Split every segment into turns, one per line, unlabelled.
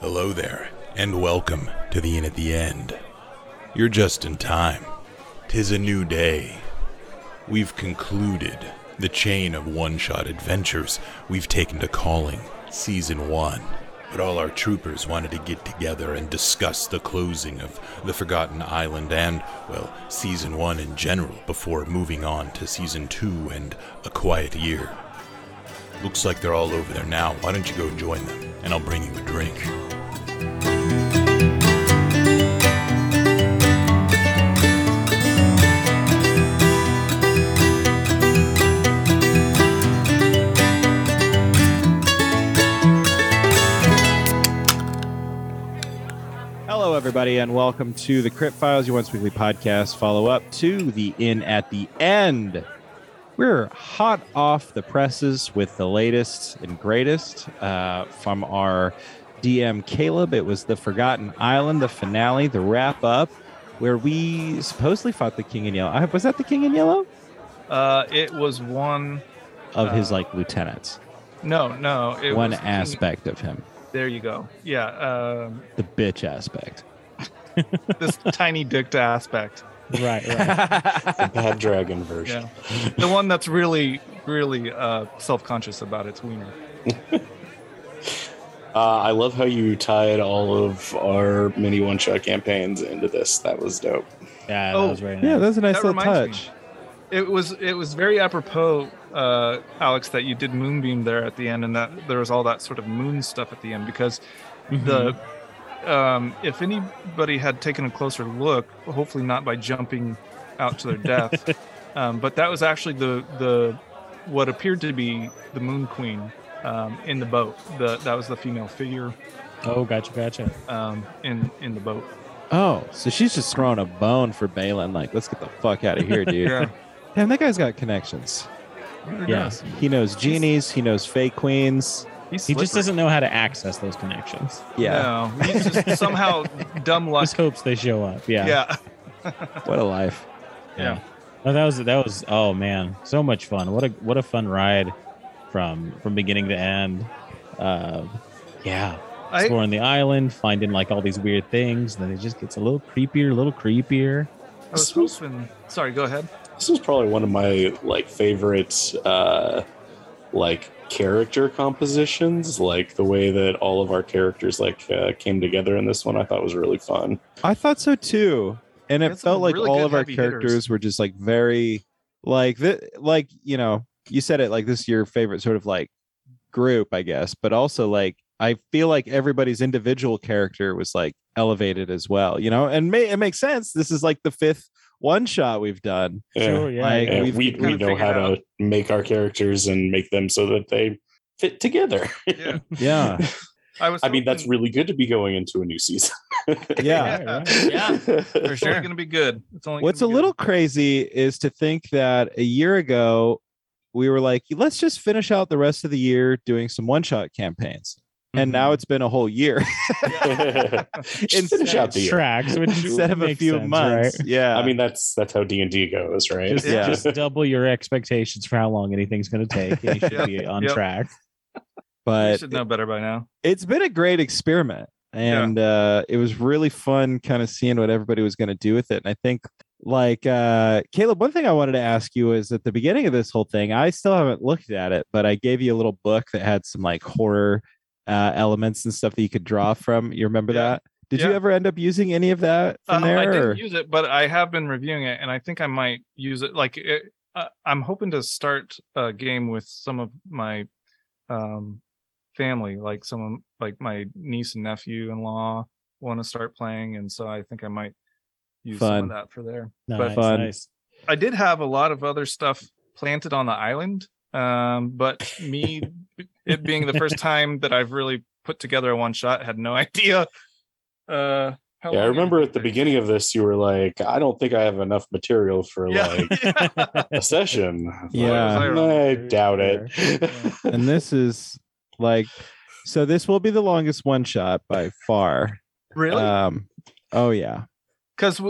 Hello there, and welcome to the Inn at the End. You're just in time. Tis a new day. We've concluded the chain of one shot adventures we've taken to calling Season 1. But all our troopers wanted to get together and discuss the closing of The Forgotten Island and, well, Season 1 in general before moving on to Season 2 and A Quiet Year. Looks like they're all over there now. Why don't you go join them and I'll bring you a drink?
Hello, everybody, and welcome to the Crypt Files, your once weekly podcast follow up to the In at the End. We're hot off the presses with the latest and greatest uh, from our DM Caleb. It was The Forgotten Island, the finale, the wrap up, where we supposedly fought the King in Yellow. I- Was that the King in Yellow?
Uh, it was one.
Of his
Uh,
like lieutenants,
No, no. It
one
was King-
aspect of him,
There you go. Yeah. Um,
the bitch aspect.
this tiny dicked aspect.
Right, right.
yeah,
Bad dragon version.
Yeah. The one that's really, really uh, self conscious about its wiener.
Uh, I love how you tied all of our mini one shot campaigns into this. That was dope.
Yeah,
Oh,
that was very nice.
that's a nice
That
little
reminds
touch.
It was it was very apropos, uh, Alex, that you did Moonbeam there at the end, and that there was all that sort of moon stuff at the end because the
Mm-hmm.
um, if anybody had taken a closer look, hopefully not by jumping out to their death, um, but that was actually the the what appeared to be the Moon Queen um, in the boat. The, that was the female figure
oh, gotcha, gotcha.
um, in in the boat.
Oh, so she's just throwing a bone for Balin. Like, let's get the fuck out of here, dude.
Yeah,
Damn, that guy's got connections.
Yes.
He knows genies. He knows fake queens.
he's
He just
slippery.
doesn't know how to access those connections.
No, he's just somehow dumb luck.
Just hopes they show up. Yeah.
yeah.
What a life.
Yeah.
Oh, that was that was oh man, so much fun. What a what a fun ride from from beginning to end. Uh, yeah.
I-
Exploring the island, finding like all these weird things, and then it just gets a little creepier, a little creepier.
I was hoping. Sorry, go ahead.
This was probably one of my like favorite uh, like character compositions. Like the way that all of our characters like uh, came together in this one, I thought was really fun.
I thought so too. And it
That's some
felt like
really
all
good
of our
heavy hitters.
characters were just like very, like, th- like, you know, you said it like this is your favorite sort of like group, I guess. But also, like, I feel like everybody's individual character was like elevated as well, you know? And may- it makes sense. This is like the fifth one shot we've done.
Yeah.
yeah.
Like,
Yeah,
we've-
we
kinda
we know
figured
how to make our characters and make them so that they fit together.
Yeah,
Yeah.
I was.
I mean, that's
hoping-
really good to be going into a new season.
Yeah.
Right, right.
Yeah,
for
It's only
sure.
going to be good. It's only.
What's a
gonna be good.
little crazy is to think that a year ago we were like, let's just finish out the rest of the year doing some one shot campaigns. And now it's been a whole year
Just finish out the year.
tracks, which
instead of a
makes
few
sense,
months.
right?
Yeah.
I mean, that's that's how D and D goes, right?
Just,
Yeah.
just double your expectations for how long anything's going to take. And you should
Yep.
be on
Yep.
track.
You
but
should know better by now.
it's been a great experiment and uh it was really fun kind of seeing what everybody was going to do with it and i think like uh caleb one thing i wanted to ask you is at the beginning of this whole thing i still haven't looked at it but i gave you a little book that had some like horror uh elements and stuff that you could draw from you remember
Yeah.
that did you
Yeah.
ever end up using any of that from
Um,
there
I
or-
didn't use it, but I have been reviewing it, and I think I might use it. Like, it, uh, I'm hoping to start a game with some of my um, family, like some of like my niece and nephew-in-law want to start playing, and so I think I might use some
Fun.
of that for there.
Nice,
Fun.
nice.
I did have a lot of other stuff planted on the island, um, but me, it being the first time that I've really put together a one shot, had no idea. Uh, how
Yeah, I
long
remember at the
it would
beginning of this, you were like, "I don't think I have enough material for
take.
like
Yeah.
a session."
Yeah.
I doubt it.
and this is like so this will be the longest one shot by far
really?
um oh yeah
Because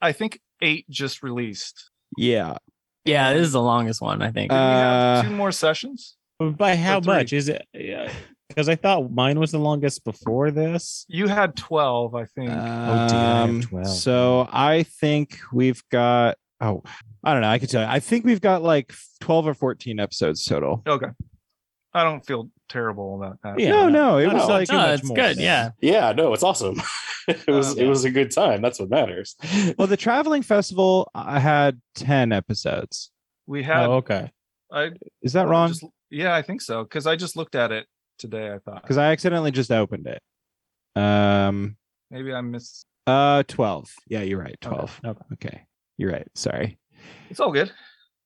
I think eight just released.
yeah
Yeah, this is the longest one, I think.
Did we
Uh,
have two more sessions?
But By how
three.
much is it? Because because I thought mine was the longest before this.
You had 12, I think.
dear, Oh, I have
Um,
12.
so I think we've got. Oh, I don't know. I could tell you. I think we've got like twelve or fourteen episodes total.
okay. I don't feel terrible about that.
Yeah.
no, no, it
I
was
know.
like
no, it's good. Yeah.
Yeah, no, it's awesome. it was
yeah.
it was a good time. That's what matters.
Well, the traveling festival I had ten episodes.
We had,
Oh, okay.
I
Is that wrong?
Oh, just- yeah, I think so. Because I just looked at it today, I thought.
Because I accidentally just opened it. Um.
Maybe I missed.
Uh. Twelve. Yeah, you're right.
Okay.
Twelve.
Okay.
Okay. You're right. Sorry.
It's all good.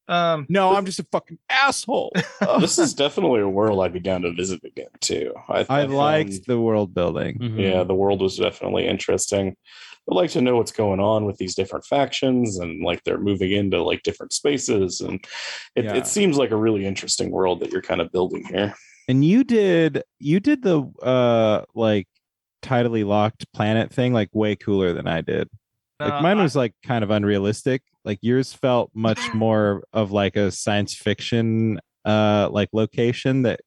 Um,
No, I'm just a fucking asshole.
this is definitely a world I'd be down to visit again too.
I
found-
liked the world building.
Mm-hmm.
yeah,
Mm-hmm.
the world was definitely interesting. I'd like to know what's going on with these different factions and like they're moving into like different spaces. And it,
Yeah.
it seems like a really interesting world that you're kind of building here.
And you did you did the uh like tidally locked planet thing like way cooler than I did. Like
uh,
mine
I-
was like kind of unrealistic. Like yours felt much more of like a science fiction uh like location that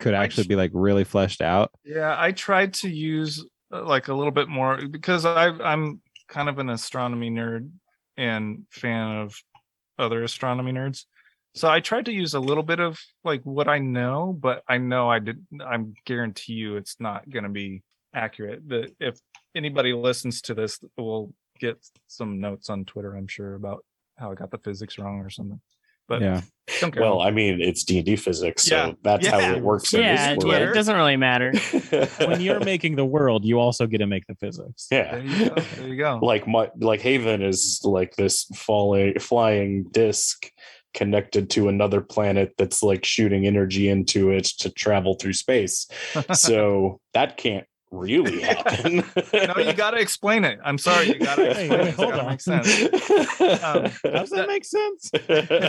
could
I
actually
just-
be like really fleshed out.
Yeah, I tried to use uh, like a little bit more because I, I'm kind of an astronomy nerd and fan of other astronomy nerds. So I tried to use a little bit of like what I know, but I know I did. I guarantee you, it's not going to be accurate. That if anybody listens to this, we'll get some notes on Twitter. I'm sure about how I got the physics wrong or something. But
Yeah.
don't care.
Well, I mean, it's D and D physics, so
Yeah.
that's how
Yeah.
it works. in
Yeah,
this
it,
world.
it doesn't really matter.
when you're making the world, you also get to make the physics.
yeah.
there you go. There you go.
like my like haven is like this falling flying disc connected to another planet that's like shooting energy into it to travel through space so that can't really happen
no, you got to explain it. I'm sorry, you got to
Hey,
explain
wait,
it. It's
hold
gotta
on.
make sense. Um,
How does that make sense?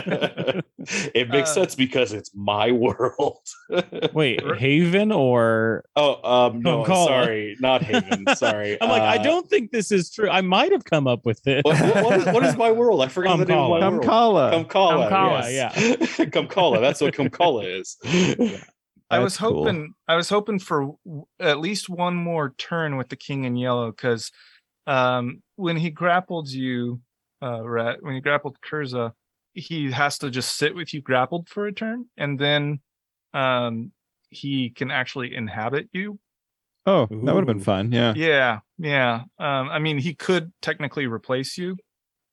it makes
Uh,
sense because it's my world
Wait,
Or-
Haven or
oh um no
Concala.
sorry not haven sorry
I'm like, I
Uh,
don't think this is true. I might have come up with it.
what, what- what is, what is my world i forgot the name of my
Concala.
world
Kamkala.
Uh,
Kamkala.
Kamkala,
yes. Kamkala. That's what Kamkala is.
I was
That's cool.
hoping I was hoping for w- at least one more turn with the king in yellow because um, when he grappled you, uh, Rhett, when he grappled Kurza, he has to just sit with you grappled for a turn, and then um, he can actually inhabit you.
Oh, that would have been
Ooh.
fun. Yeah.
Yeah, yeah. Um, I mean, he could technically replace you,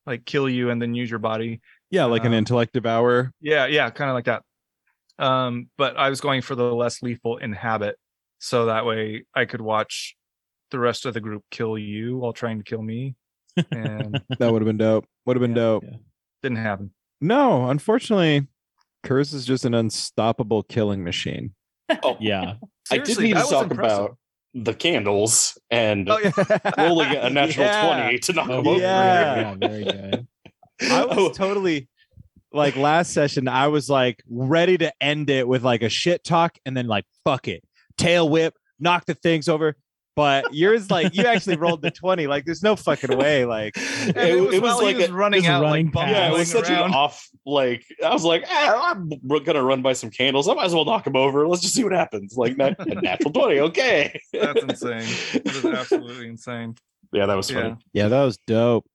like kill you and then use your body.
Yeah, like an
Um,
intellect devour.
Yeah, yeah, kind of like that. Um, but I was going for the less lethal inhabit, so that way I could watch the rest of the group kill you while trying to kill me, and
That would have been dope. Would have been
Yeah.
dope.
didn't happen.
No, unfortunately, Curse is just an unstoppable killing machine.
Oh,
yeah.
I did
Seriously,
need to
that was
talk
impressive.
about the candles and
Oh,
rolling a natural
Yeah.
20 to knock
Oh,
them over.
Yeah.
yeah, very good.
I
Oh,
was totally like last session, I was like ready to end it with like a shit talk and then like fuck it. Tail whip, knock the things over. But yours like you actually rolled the 20. Like there's no fucking way. Like
it,
And it, was,
it was
while
like
he was
a-
running
just
out,
running
like
past.
Oh, yeah, it
bumbling
was such
around.
an off. Like I was like, ah, I'm r- gonna run by some candles. I might as well knock them over. Let's just see what happens. Like na- a natural twenty, okay.
That's insane. It was absolutely insane.
yeah, that was
Yeah.
funny.
yeah, that was dope.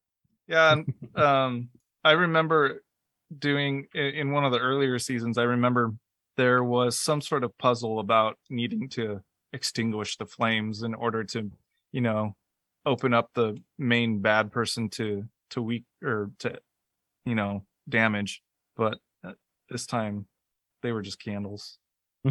Yeah, and, um, I remember doing i- in one of the earlier seasons. I remember there was some sort of puzzle about needing to extinguish the flames in order to, you know, open up the main bad person to to weak or to, you know, damage. But uh, this time, they were just candles. So-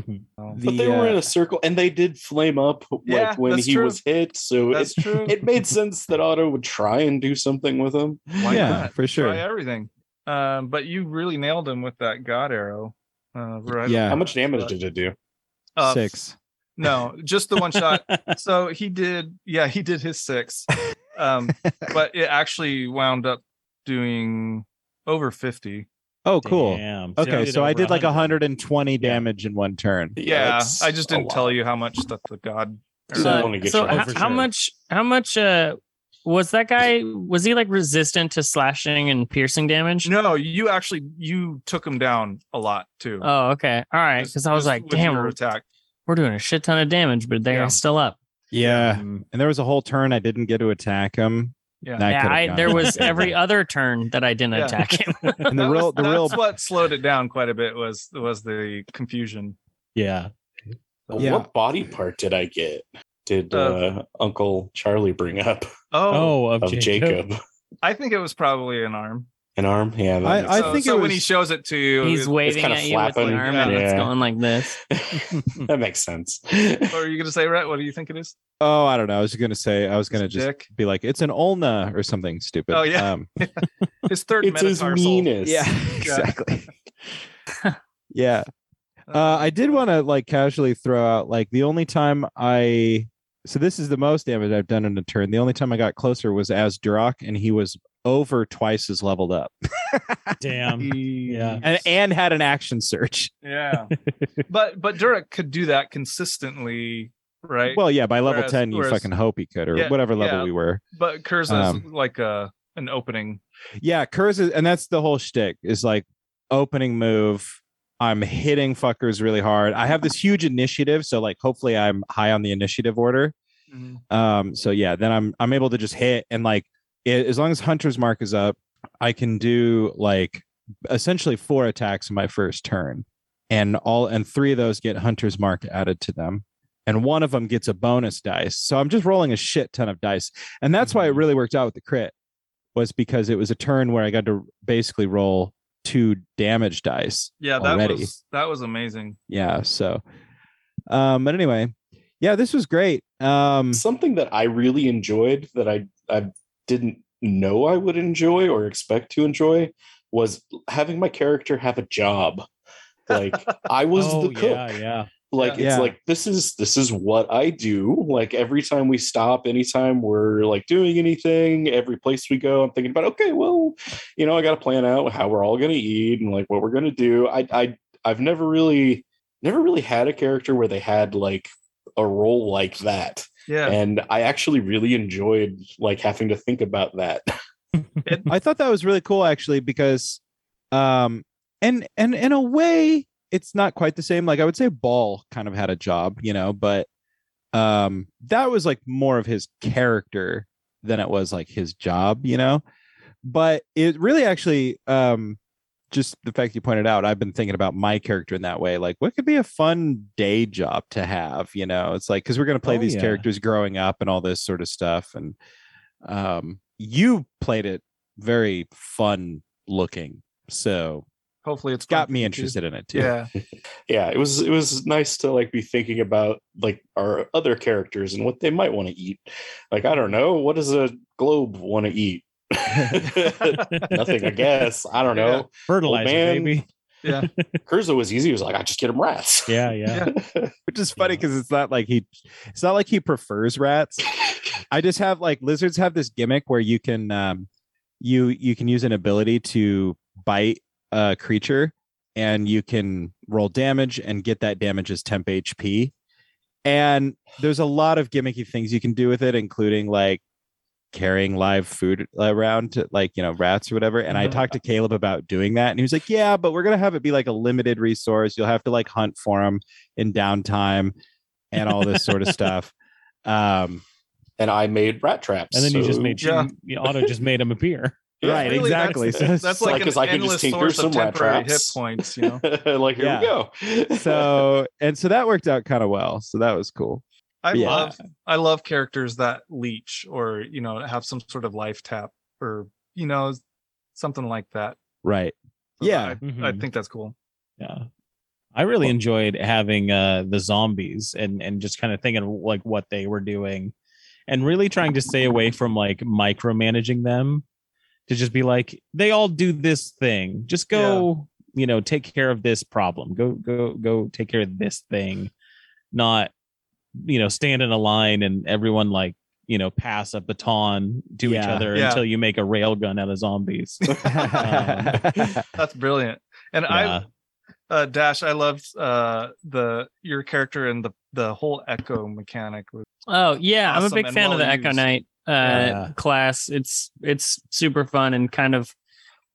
The,
But they were
uh,
in a circle, and they did flame up like
Yeah,
when
that's
he
true.
was hit. So it,
That's true.
it made sense that Otto would try and do something with him.
Why
yeah,
not?
for
Try
sure.
everything. Um, but you really nailed him with that god arrow. Uh, right.
Yeah.
How much damage did it do?
Uh,
Six.
No, just the one shot. So he did, yeah, he did his six, um, but it actually wound up doing over fifty.
Oh, cool.
Damn.
Okay, so I
over
did like 120 damage in one turn.
Yeah,
that's
I just
a
didn't tell
lot.
you how much that the god.
So
Uh,
I wanna get
so
your-
h-
Oh, for
how
sure.
much? How much? Uh, was that guy? Was he like resistant to slashing and piercing damage?
No, you actually you took him down a lot too.
Oh, okay. All right.
Just-
Because I was
just
like,
with
damn,
your attack.
we're doing a shit ton of damage, but they're
Yeah.
still up.
Yeah.
Mm.
And there was a whole turn I didn't get to attack him.
Yeah.
And I
yeah,
could've
I,
gone
there
and
was
saved
every
him.
other turn that I didn't
Yeah.
attack him.
And the
That
real,
was-
the real,
that's what slowed it down quite a bit was was the confusion.
Yeah.
Yeah.
What body part did I get? Did uh,
Uh,
Uncle Charlie bring up
Oh,
Oh, of,
of
Jacob.
Jacob.
I think it was probably an arm.
An arm? Yeah. that
I-
makes
I
sense.
think
so
it
when
was-
he shows it to you,
He's
it-
waving
kinda
at you with one
flapping.
arm and it's
Yeah.
going like this.
that makes sense.
Or are you gonna say Rhett? What do you think it is?
oh, I don't know. I was going to say, I was going to
It's
just
Dick.
be like, it's an ulna or something stupid.
Oh, yeah.
Um,
His third
it's his
metatarsal.
meanest.
yeah, exactly. yeah.
Oh,
Uh, I did want to like casually throw out like the only time I so this is the most damage I've done in a turn. The only time I got closer was as Duroc, and he was over twice as leveled up,
Damn. Yeah.
and and had an action search.
Yeah. but but Durek could do that consistently, right?
Well, yeah, by level
Whereas-
ten, you
whereas-
fucking hope he could, or
Yeah,
whatever level
yeah.
we were.
but Kurz has
um,
like a an opening.
Yeah, Kurz is, and that's the whole shtick is like opening move. I'm hitting fuckers really hard. I have this huge initiative, so like hopefully I'm high on the initiative order.
Mm-hmm.
Um, so yeah, then I'm I'm able to just hit and like it, as long as Hunter's Mark is up, I can do like essentially four attacks in my first turn, and all and three of those get Hunter's Mark added to them, and one of them gets a bonus dice. So I'm just rolling a shit ton of dice, and that's why it really worked out with the crit, was because it was a turn where I got to basically roll two damage dice.
Yeah, that
already.
was that was amazing.
Yeah, so, um, but anyway, yeah, this was great. Um,
Something that I really enjoyed that I I didn't know I would enjoy or expect to enjoy was having my character have a job. Like I was
oh,
the cook.
yeah, yeah.
like
Yeah.
it's
Yeah.
like this is this is what i do like every time we stop anytime we're like doing anything every place we go i'm thinking about okay well you know i gotta plan out how we're all gonna eat and like what we're gonna do i i i've never really never really had a character where they had like a role like that
Yeah.
and i actually really enjoyed like having to think about that
I thought that was really cool actually because um and and in a way it's not quite the same like I would say Ball kind of had a job, you know, but um that was like more of his character than it was like his job, you know. But it really actually um just the fact you pointed out I've been thinking about my character in that way like what could be a fun day job to have, you know. It's like cuz we're going to play
Oh,
these
yeah.
characters growing up and all this sort of stuff and um you played it very fun looking so
Hopefully it's
it's got
fun
me
too.
interested in it too
Yeah.
yeah it was it was nice to like be thinking about like our other characters and what they might want to eat like i don't know what does a globe want to eat nothing i guess i don't know
Fertilizer,
Old man.
baby.
kurzo was easy he was like i just get him rats
Yeah, yeah.
which is funny because it's not like he it's not like he prefers rats i just have like lizards have this gimmick where you can um you you can use an ability to bite a uh, creature and you can roll damage and get that damage as temp hp and there's a lot of gimmicky things you can do with it including like carrying live food around to like you know rats or whatever and i
Mhm.
talked to caleb about doing that and he was like yeah but we're gonna have it be like a limited resource you'll have to like hunt for them in downtime and all this sort of stuff um
and i made rat traps
And then you just
so-
made
Yeah.
you auto just made him appear.
Yeah.
right
Really, that's-
exactly so,
That's,
it's
like,
like, 'cause
an
I can just
endless
tinker
source of
some rat
temporary hit
traps.
points, you know.
like here
Yeah.
we go
so and so that worked out kind of well so that was cool
I
Yeah.
love I love characters that leech or you know have some sort of life tap or you know something like that.
right
So
Yeah.
I, I
Mhm.
think that's cool.
Yeah. I really enjoyed having uh the zombies and and just kind of thinking like what they were doing and really trying to stay away from like micromanaging them to just be like they all do this thing. Just go, you know, take care of this problem. Go go go take care of this thing. Not you know, stand in a line and everyone like you know, pass a baton to each
Yeah.
other
Yeah.
until you make a railgun out of zombies. Um,
That's brilliant. And
Yeah.
I uh Dash, I loved uh the your character and the the whole echo mechanic was
Oh yeah, I'm a
Awesome
big
and
fan of the
well
Echo
used.
Knight uh,
Yeah.
class. It's it's super fun and kind of,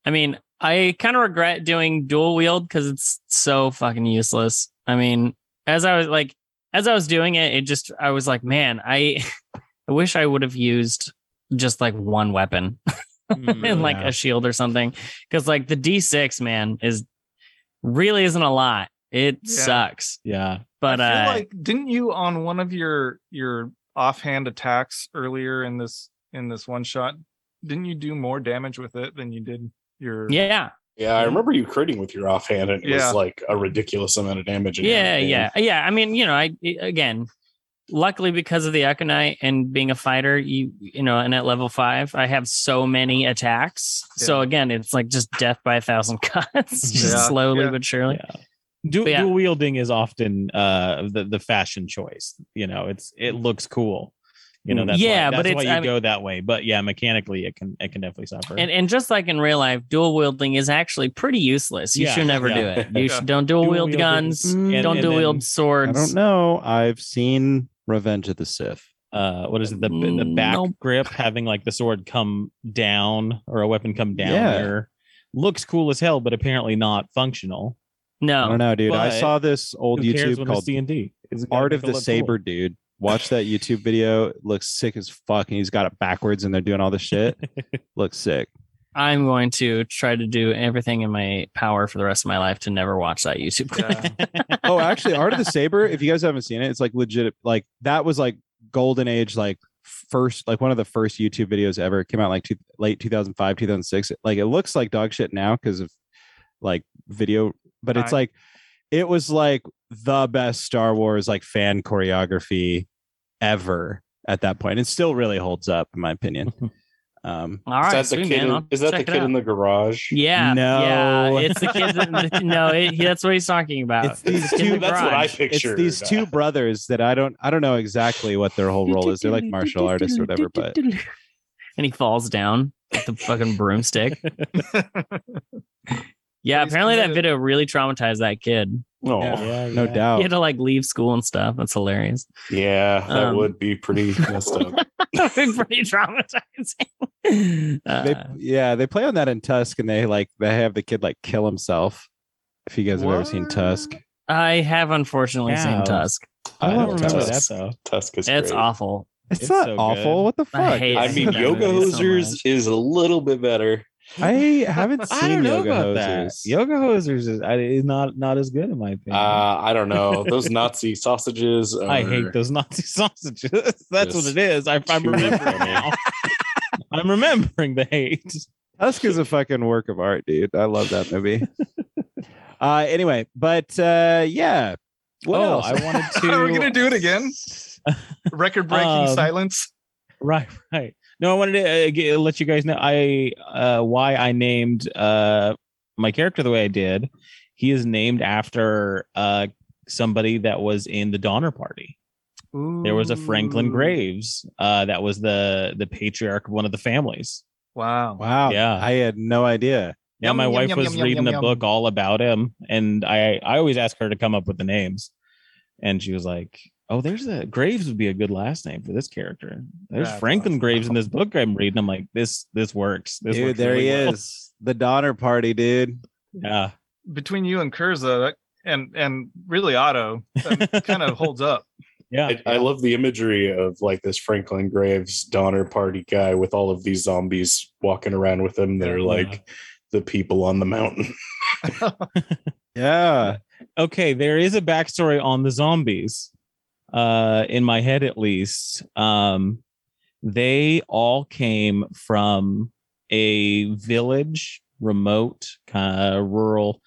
I mean, I kind of regret doing dual wield because it's so fucking useless. I mean, as I was like, as I was doing it, it just I was like, man, I I wish I would have used just like one weapon
Mm,
and like
yeah.
a shield or something. Cause like the D6, man, is really isn't a lot. It
Yeah.
sucks.
yeah.
But
I feel
uh
like didn't you on one of your your offhand attacks earlier in this in this one shot? Didn't you do more damage with it than you did your?
yeah.
Yeah, I remember you critting with your offhand. And it
Yeah.
was like a ridiculous amount of damage. and
yeah
everything.
yeah yeah i mean you know i again luckily because of the Econite and being a fighter you you know and at level five i have so many attacks so
Yeah.
again it's like just death by a thousand cuts just
Yeah,
slowly
yeah.
but surely
Du-
But yeah.
Dual wielding is often uh, the the fashion choice. You know, it's it looks cool. You know, that's
Mm. Yeah,
why,
but
that's
it's-
why you
I mean-
go that way. But yeah, mechanically, it can it can definitely suffer.
and and just like in real life dual wielding is actually pretty useless you
Yeah,
should never
yeah.
do it you
Yeah.
should don't dual,
Dual
wield
wielding.
guns
Mm,
don't
and
dual
then,
wield
I
swords
don't know. I've seen Revenge of the Sith.
Uh, what is it? The the
Mm,
back
nope.
grip having like the sword come down or a weapon come down.
Yeah.
There. Looks cool as hell, but apparently not functional.
I don't
no
know, dude. I
Oh, But
saw this old
Who cares
YouTube
when
called
D and D?
Art of the Saber, dude. Watch that YouTube video. It looks sick as fuck, and he's got it backwards, and they're doing all this shit. looks sick.
i'm going to try to do everything in my power for the rest of my life to never watch that youtube clip.
Oh, actually, Art of the Saber. If you guys haven't seen it, it's like legit. Like that was like golden age, like first, like one of the first YouTube videos ever. It came out like two, late 2005, 2006. Like it looks like dog shit now because of like video, but it's
I-
like it was like the best Star Wars like fan choreography ever at that point. It still really holds up, in my opinion. Um,
all
Is
right
that the
sweet,
kid?
man.
In,
I'll
is that
check
the
it
kid
out.
in the garage?
Yeah.
No.
Yeah. It's the kids. that- no, it, he- that's what he's talking about.
It's these
the kid in
two-
the
That's what I
garage.
it's
pictured.
these two brothers that I don't I don't know exactly what their whole role is. They're like martial artists or whatever, but
And he falls down with the fucking broomstick. Yeah.
But he's
Apparently, that
committed.
video really traumatized that kid.
Oh,
Yeah.
yeah,
no doubt.
He had to like leave school and stuff. That's hilarious.
that
Um,
would be pretty messed up.
That'd be pretty traumatizing. Uh,
they yeah they play on that in tusk and they like they have the kid like kill himself if you guys have ever seen tusk
I have unfortunately
Wow.
seen Tusk.
I
I
don't
don't
remember
Tusk.
that though.
Tusk is.
It's
great.
awful.
it's,
It's
not
so
awful
good.
what the fuck
I hate
I mean,
that
Yoga
movie so
Hosers
much.
is a little bit better.
I haven't seen
I don't know
yoga
about
hosers
that. Yoga hosers is, I- is not not as good in my opinion.
Uh, I don't know those Nazi sausages. Are,
I hate those Nazi sausages. That's what
Just
it is. I, I'm
chew
remembering
them.
now. I'm remembering the hate.
tusk is a fucking work of art dude i love that movie uh anyway but uh yeah what
oh,
else?
I wanted to.
Are we gonna do it again? Record breaking
Um,
silence.
Right, right. No, I wanted to uh, g- let you guys know I uh, why I named uh, my character the way I did. He is named after uh, somebody that was in the Donner Party. There was a Franklin
Ooh.
Graves uh, that was the the patriarch of one of the families.
Wow.
wow
Yeah.
i had no idea
Yeah,
Yum,
my
yum,
wife
yum,
was
yum, yum,
reading
yum,
a
yum.
book all about him, and I I always ask her to come up with the names, and she was like, "Oh, there's a Graves would be a good last name for this character. There's
That's
Franklin
awesome.
Graves in this book I'm reading. I'm like, this this works. This
dude
works
there
really
he
well.
is the donner party dude
Yeah,
Between you and Kurza that- and and really Otto, that kind of holds up.
yeah.
I, I love the imagery of like this Franklin Graves Donner Party guy with all of these zombies walking around with him. They're
Yeah.
like the people on the mountain.
yeah
okay, there is a backstory on the zombies. Uh, in my head, at least, um, they all came from a village, remote, kind of rural,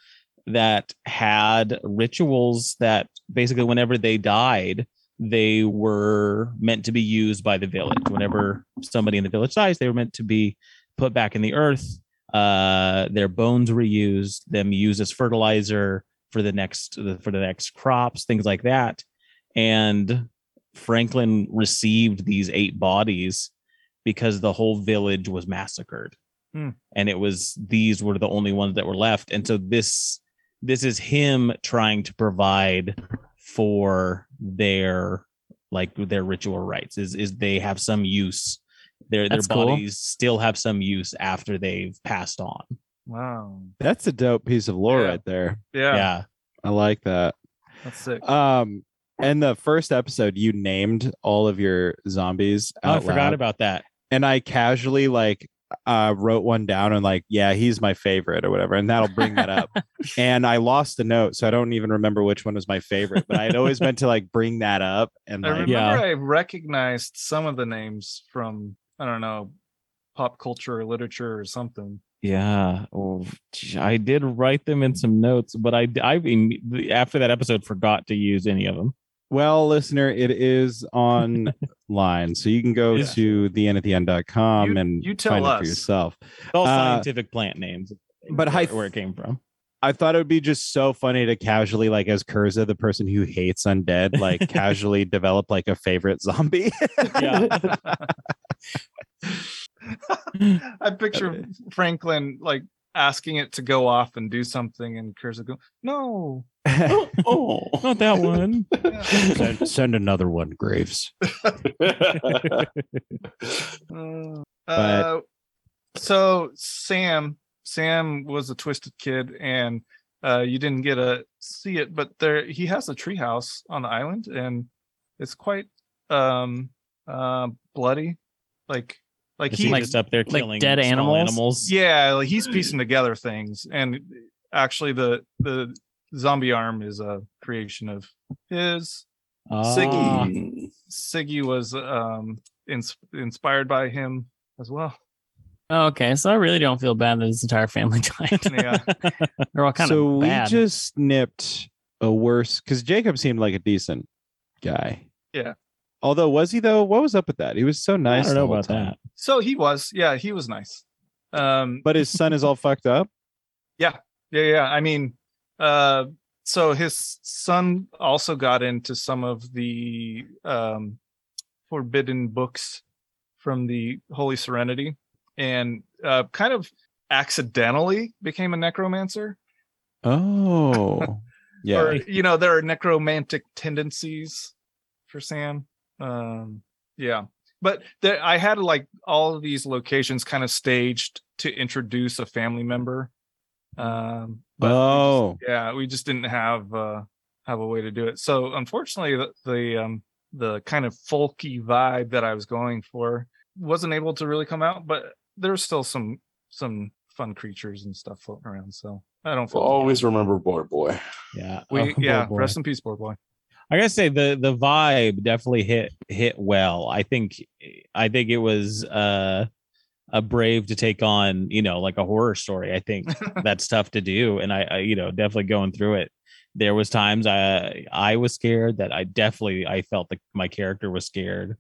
that had rituals that basically, whenever they died, they were meant to be used by the village. Whenever somebody in the village dies, they were meant to be put back in the earth. Uh, their bones reused, them used as fertilizer for the next for the next crops, things like that. And Franklin received these eight bodies because the whole village was massacred,
Hmm.
and it was these were the only ones that were left. And so this this is him trying to provide for their like their ritual rites is is they have some use their
That's
their
cool.
bodies still have some use after they've passed on
Wow.
that's a dope piece of lore
Yeah.
right there
Yeah,
yeah
i like that
That's sick.
Um, And the first episode, you named all of your zombies.
Oh, I
out
forgot
loud.
about that.
And I casually like uh, wrote one down and like, yeah, he's my favorite or whatever, and that'll bring that up. and I lost the note, so I don't even remember which one was my favorite. But I had always meant to like bring that up and
I
like,
remember
Yeah.
I recognized some of the names from I don't know pop culture or literature or something.
Yeah, oh, gee, I did write them in some notes, but I I imme- after that episode forgot to use any of them.
well, listener, it is online, so you can go
Yeah.
to the end at the end.com
You-
and
you tell
find it for
us.
yourself.
It's all
Uh,
scientific plant names,
but
where,
I-
where it came from.
I thought it would be just so funny to casually, like, as Kurza, the person who hates undead, like, casually develop like a favorite zombie.
Yeah,
I picture Franklin like asking it to go off and do something, and Kurza go, "No,
oh, not that one.
send, send another one, Graves.
Uh,
But-
so Sam, Sam was a twisted kid, and uh, you didn't get to see it, but there he has a treehouse on the island, and it's quite um uh bloody, like like
Is
he
he
like-
just up there
like
killing
dead
small
animals?
animals.
yeah like he's piecing together things, and actually the the zombie arm is a creation of his.
Ah,
Siggy.
Siggy was um ins- inspired by him as well.
Okay, so I really don't feel bad that his entire family died.
Yeah.
They're all kind
so
of bad.
we just nipped a worse because Jacob seemed like a decent guy.
Yeah.
Although, was he though? What was up with that? He was so
I
nice.
don't
the
know
whole
about
time.
that.
So he was, yeah, he was nice. Um,
But his son is all fucked up.
yeah, yeah. I mean, uh, so his son also got into some of the um, forbidden books from the Holy Serenity, and uh, kind of accidentally became a necromancer.
Oh, yeah.
Or you know, there are necromantic tendencies for Sam. Um, yeah, but there, I had like all of these locations kind of staged to introduce a family member. Um, but we just-
oh,
yeah we just didn't have uh have a way to do it so unfortunately the, the um the kind of folky vibe that i was going for wasn't able to really come out but there's still some some fun creatures and stuff floating around so i don't feel
We'll always remember Boar Boy.
Yeah,
we
Oh, poor
yeah
boy.
rest in peace poor boy
I gotta say the the vibe definitely hit hit well. I think I think it was uh a brave to take on you know like a horror story. I think that's tough to do, and I, I you know definitely going through it. There was times I I was scared that I definitely I felt that my character was scared.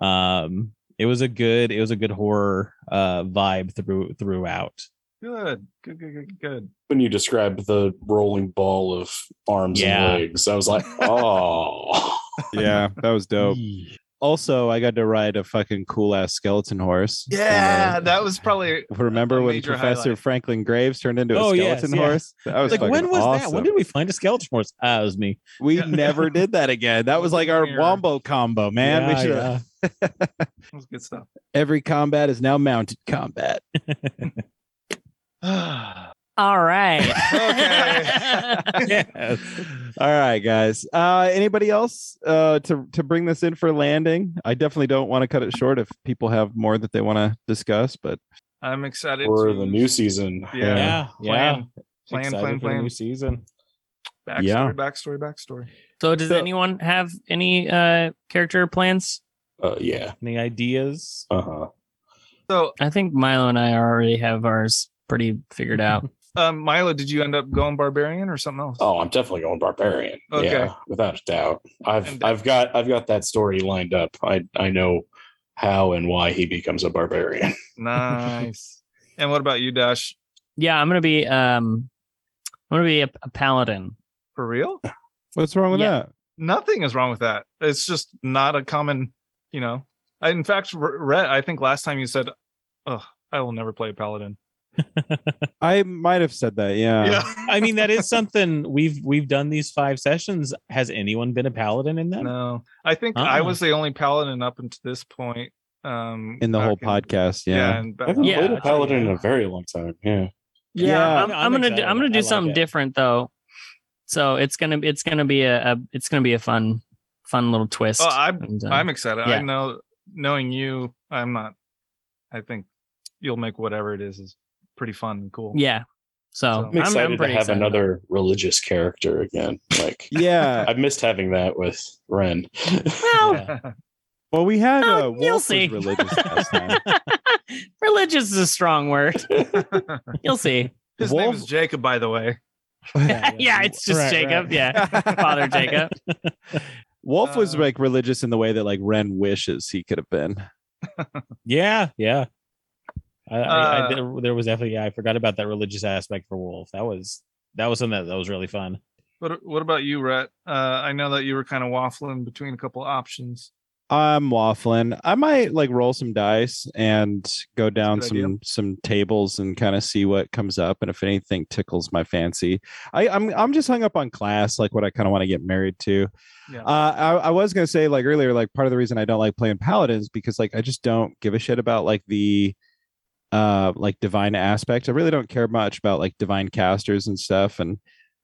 um, it was a good it was a good horror uh vibe through throughout.
good good good good, good.
When you described the rolling ball of arms
Yeah.
and legs, I was like, oh.
yeah. That was dope. Also, I got to ride a fucking cool ass skeleton horse. in the-
yeah that was probably
Remember
a
when
major
Professor
highlight.
Franklin Graves turned into a
Oh, yes,
skeleton
yeah.
horse? That was
Like when
fucking
was that?
awesome.
When did we find a skeleton horse? Ah, it was me.
we
Yeah.
never did that again. That was like our
Weird.
wombo combo, man. we
Yeah,
should
yeah.
it was good stuff
every combat is now mounted combat.
all right.
Okay.
Yes.
All right, guys. Uh, anybody else uh, to to bring this in for landing? I definitely don't want to cut it short if people have more that they want to discuss. But
i'm excited
For
to
the new season.
Yeah.
yeah, yeah.
plan plan
Excited
plan
for the
plan
new season.
backstory
Yeah.
backstory backstory
so does
So-
anyone have any uh character plans?
Uh, yeah.
Any ideas?
Uh huh.
so
I think Milo and I already have ours pretty figured out.
um milo did you end up going barbarian or something else
Oh, I'm definitely going barbarian.
Okay.
Yeah, without a doubt. I've
And-
I've got I've got that story lined up. I I know how and why he becomes a barbarian.
nice and what about you dash
yeah, I'm gonna be um I'm gonna be a, a paladin.
for real
what's wrong with
Yeah.
that?
nothing is wrong with that it's just not a common you know I, in fact R- Rhett, i think last time you said oh i will never play a paladin
I might have said that. Yeah.
I mean, that is something we've we've done these five sessions. Has anyone been a paladin in them?
no i think i
Uh-uh.
was the only paladin up until this point um
In the whole
back
podcast.
yeah,
Yeah.
and
I
back-
haven't
Yeah,
played
I
a
think-
paladin in a very long time. Yeah.
Yeah,
I'm,
I'm
I'm gonna do,
excited.
I'm gonna
I
do
like
something
it.
different though. So it's gonna it's gonna be a, a it's gonna be a fun fun little twist.
Oh, I'm
And, uh,
I'm excited. I
yeah.
know knowing you, I'm not. I think you'll make whatever it is is pretty fun and cool.
yeah.
So-
So,
I'm excited to
pretty
have
excited.
another religious character again. Like
Yeah.
I've missed having that with Ren.
Well,
Well, we had
Oh,
uh,
you'll
Wolf was
see.
religious last time.
religious is a strong word. You'll see.
His name
Wolf-
is Jacob, by the way.
yeah, it's just
Right,
Jacob.
right.
Yeah, Father Jacob.
Wolf was
Uh,
like religious in the way that like Ren wishes he could have been.
Yeah, yeah. I, I,
Uh,
I there, there was definitely yeah. I forgot about that religious aspect for Wolf. That was that was something that, that was really fun.
What What about you, Rhett? Uh, I know that you were kind of waffling between a couple options.
I'm waffling. I might like roll some dice and go down
good
some
idea.
some tables and kind of see what comes up and if anything tickles my fancy. I, I'm I'm just hung up on class, like what I kind of want to get married to.
Yeah.
Uh, I, I was gonna say like earlier, like part of the reason I don't like playing paladins because like I just don't give a shit about like the uh like divine aspect. I really don't care much about like divine casters and stuff and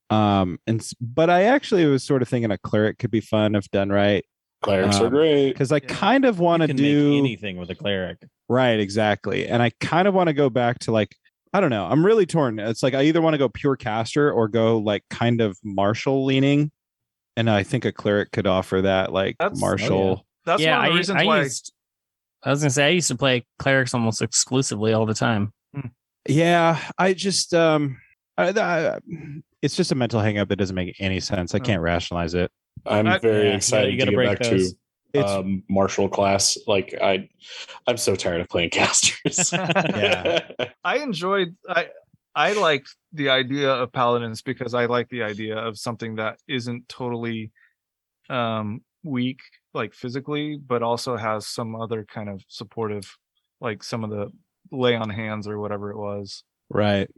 um and s- but I actually was sort of thinking a cleric could be fun if done right
Clerics are
Um,
great.
because I
Yeah.
kind of want to
You can make
do
anything with a cleric.
right exactly, and I kind of want to go back to like I don't know. I'm really torn. It's like I either want to go pure caster or go like kind of martial leaning, and I think a cleric could offer that like
That's- oh,
martial.
That's
yeah,
one of the
I,
reasons
I
why.
used. I was gonna say I used to play clerics almost exclusively all the time.
yeah. I just um, I, I, it's just a mental hang up that doesn't make any sense. I
Oh.
can't rationalize it.
I'm
I-
very
Yeah, you
excited
gotta-
to
you
get
gotta
back
break
to
those.
It's
um, martial class. Like I, I'm so tired of playing casters.
Yeah.
I enjoyed I I liked the idea of paladins because I like the idea of something that isn't totally um weak like physically but also has some other kind of supportive like some of the lay on hands or whatever it was
right.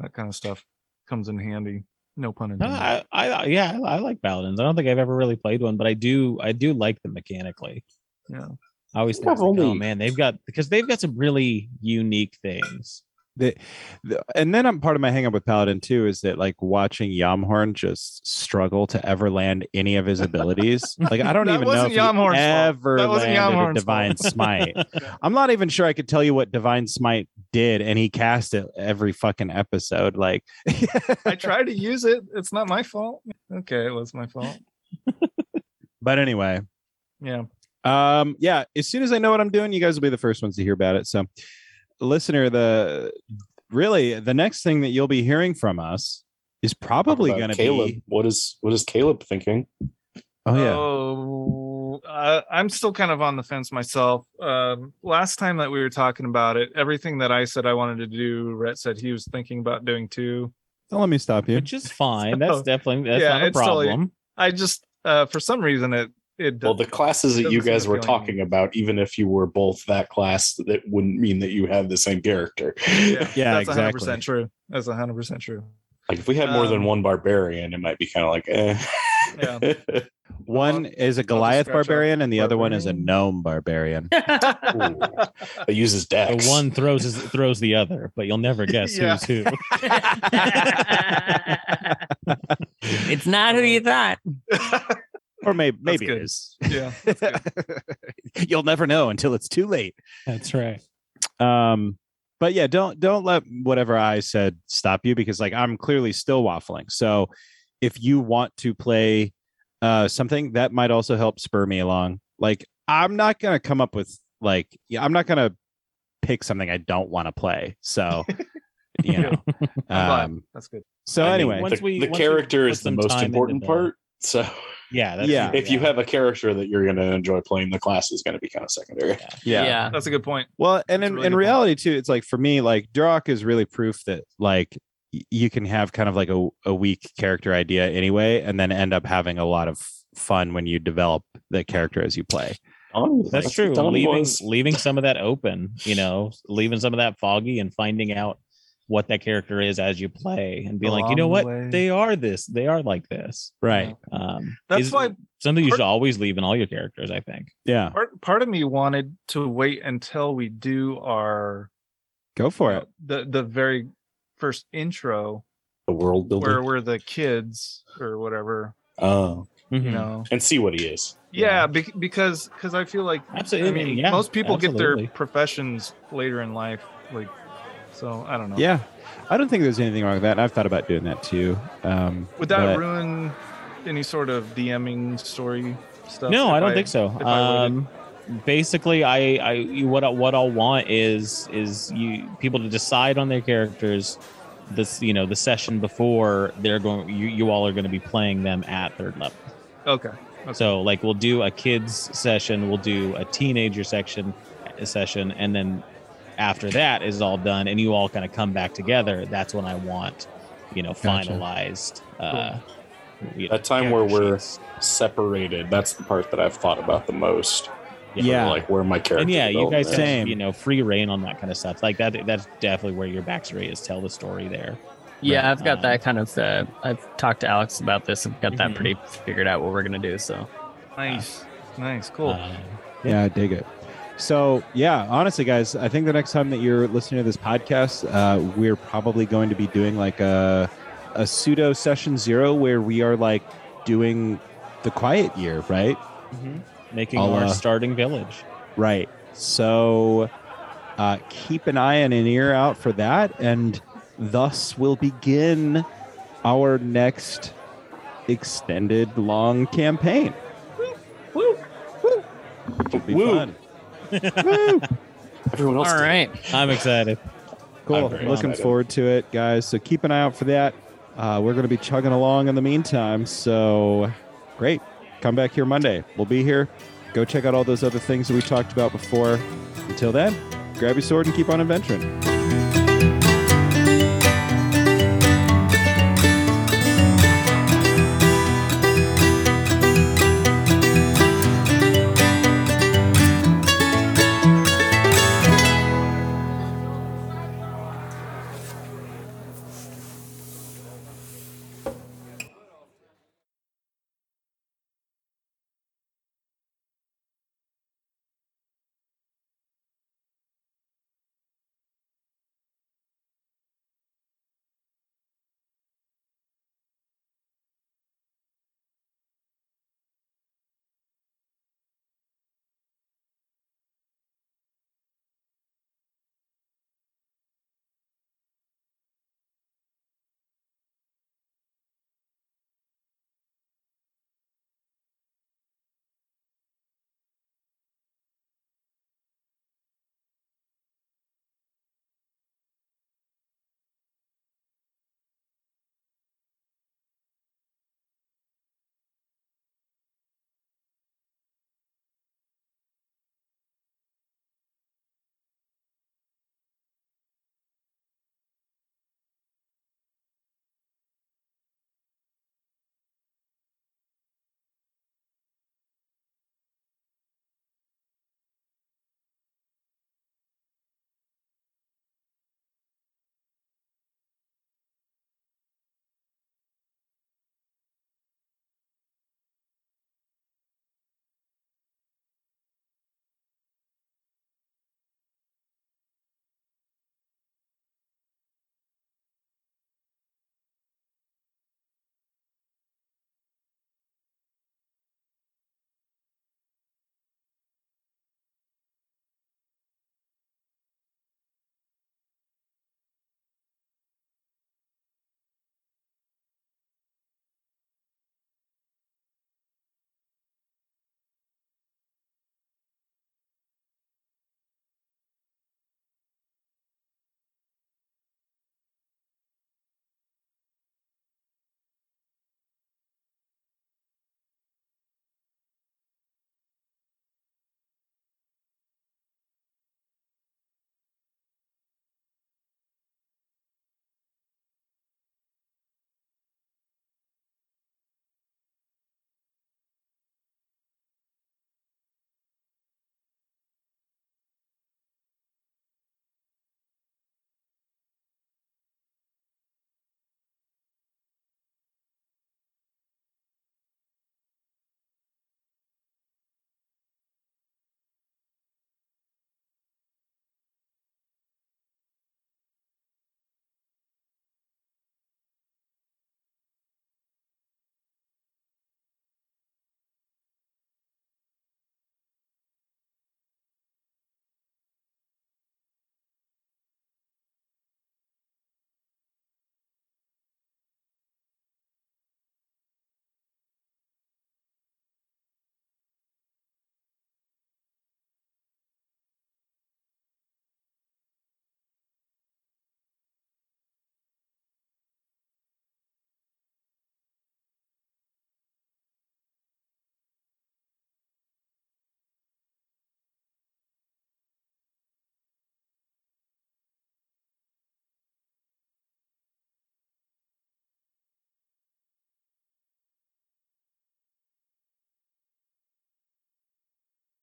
that kind of stuff comes in handy no pun
No,
intended
I, I yeah, I like paladins. I don't think I've ever really played one, but I do I do like them mechanically.
Yeah.
I always think,
I've
like, oh
only-
man, they've got because they've got some really unique things.
The, the, and then I'm part of my hang up with Paladin too is that like watching Yamhorn just struggle to ever land any of his abilities. Like I don't
That
even know
wasn't
if he
Yamhorn's fault.
ever
That wasn't
landed
Yamhorn's
a divine smite. I'm not even sure I could tell you what divine smite did, and he cast it every fucking episode. Like
I tried to use it it's not my fault okay it was my fault
but anyway,
yeah
Um, yeah, as soon as I know what I'm doing, you guys will be the first ones to hear about it. So, listener, the really the next thing that you'll be hearing from us is probably
About
going to
Uh, Caleb.
be
What is what is Caleb thinking?
oh yeah,
Oh, uh, I'm still kind of on the fence myself. Um, last time that we were talking about it, everything that I said I wanted to do, Rhett said he was thinking about doing too.
don't let me stop you.
Which is fine. that's
So,
definitely that's
yeah,
not a
it's totally-
problem.
I just, uh, for some reason, it it
Well, the classes that
doesn't
you
seem
guys were
appealing.
talking about, even if you were both that class, that wouldn't mean that you have the same character.
Yeah,
that's 100
exactly.
percent true. That's 100 percent true.
Like if we had more than
Um,
one barbarian, it might be kind of like, eh.
Yeah.
One is a Goliath
scratch out
barbarian, and the other one is a
barbarian.
gnome barbarian.
Ooh. that uses Dex.
The one throws his, throws the other, but you'll never guess
Yeah.
who's who.
it's not who you thought.
or maybe maybe it
good.
is.
yeah, that's good.
You'll never know until it's too late.
That's right.
um but yeah don't don't let whatever i said stop you because like i'm clearly still waffling so if you want to play uh something that might also help spur me along like i'm not gonna come up with like yeah i'm not gonna pick something i don't want to play so you know
glad.
um
that's good.
so
I mean,
anyway
one-
the,
Once we-
the
once we
character
put
is the
some time
most
into
important
the-
part. So
Yeah. That's
Yeah.
if you have a character that you're going to enjoy playing, the class is going to be kind of secondary.
yeah.
That's a good point.
Well, and
That's
in,
a really
in
good point.
reality too, it's like for me, like Duroc is really proof that like y- you can have kind of like a, a weak character idea anyway, and then end up having a lot of fun when you develop the character as you play.
Don-
That's
what
true.
Don
Leaving
was.
leaving some of that open, you know, leaving some of that foggy and finding out what that character is as you play and being like,
Along
you know
the
what?
way.
They are this. They are like this.
Right.
Um,
That's
is
why
something you
part-
should always leave in all your characters, I think.
Yeah.
part part of me wanted to wait until we do our
Go for
uh,
it.
the the very first intro
the world
where
builder.
we're the kids or whatever,
Oh,
you
Mhm.
know.
and see what he is.
Yeah, be- because because I feel like
Absolutely.
I mean,
yeah,
most people
absolutely.
get their professions later in life, like so. I don't know.
Yeah, I don't think there's anything wrong with that. I've thought about doing that too. Um,
Would that
but-
ruin any sort of DMing story stuff?
No,
if
I don't think so.
if I waited?
Um, basically, I, I you- what I, what I'll want is is you people to decide on their characters this you know the session before they're going you, you all are going to be playing them at third level
Okay. Okay.
so like we'll do a kids session we'll do a teenager section eh, session and then after that is all done and you all kind of come back together that's when i want you know
Gotcha.
finalized uh you know,
That time where
character
we're
sheets.
separated. That's the part that I've thought about the most.
Yeah.
like where my character.
and yeah, you
development
guys have,
is.
Same.
you know free reign on that kind of stuff. Like that, that's definitely where your backstory is. Tell the story there.
Yeah,
Right.
I've got
Um,
that kind of. Uh, I've talked to Alex about this. I've got that
Mhm.
pretty figured out what we're gonna do. So
Nice. Nice. Cool.
Um,
Yeah, I dig it. So, yeah, honestly, guys, I think the next time that you're listening to this podcast, uh, we're probably going to be doing like a, a pseudo session zero where we are like doing the quiet year, right?
Making
I'll,
our
uh,
starting village.
Right. So, uh, keep an eye and an ear out for that. And thus will begin our next extended long campaign. It'll be
Woo.
fun. Woo.
Everyone else.
all
did.
right,
I'm excited.
Cool.
I'm very
Looking
excited.
forward to it, guys. So keep an eye out for that. Uh, we're going to be chugging along in the meantime. So great. Come back here Monday. We'll be here. Go check out all those other things that we talked about before. Until then, grab your sword and keep on adventuring.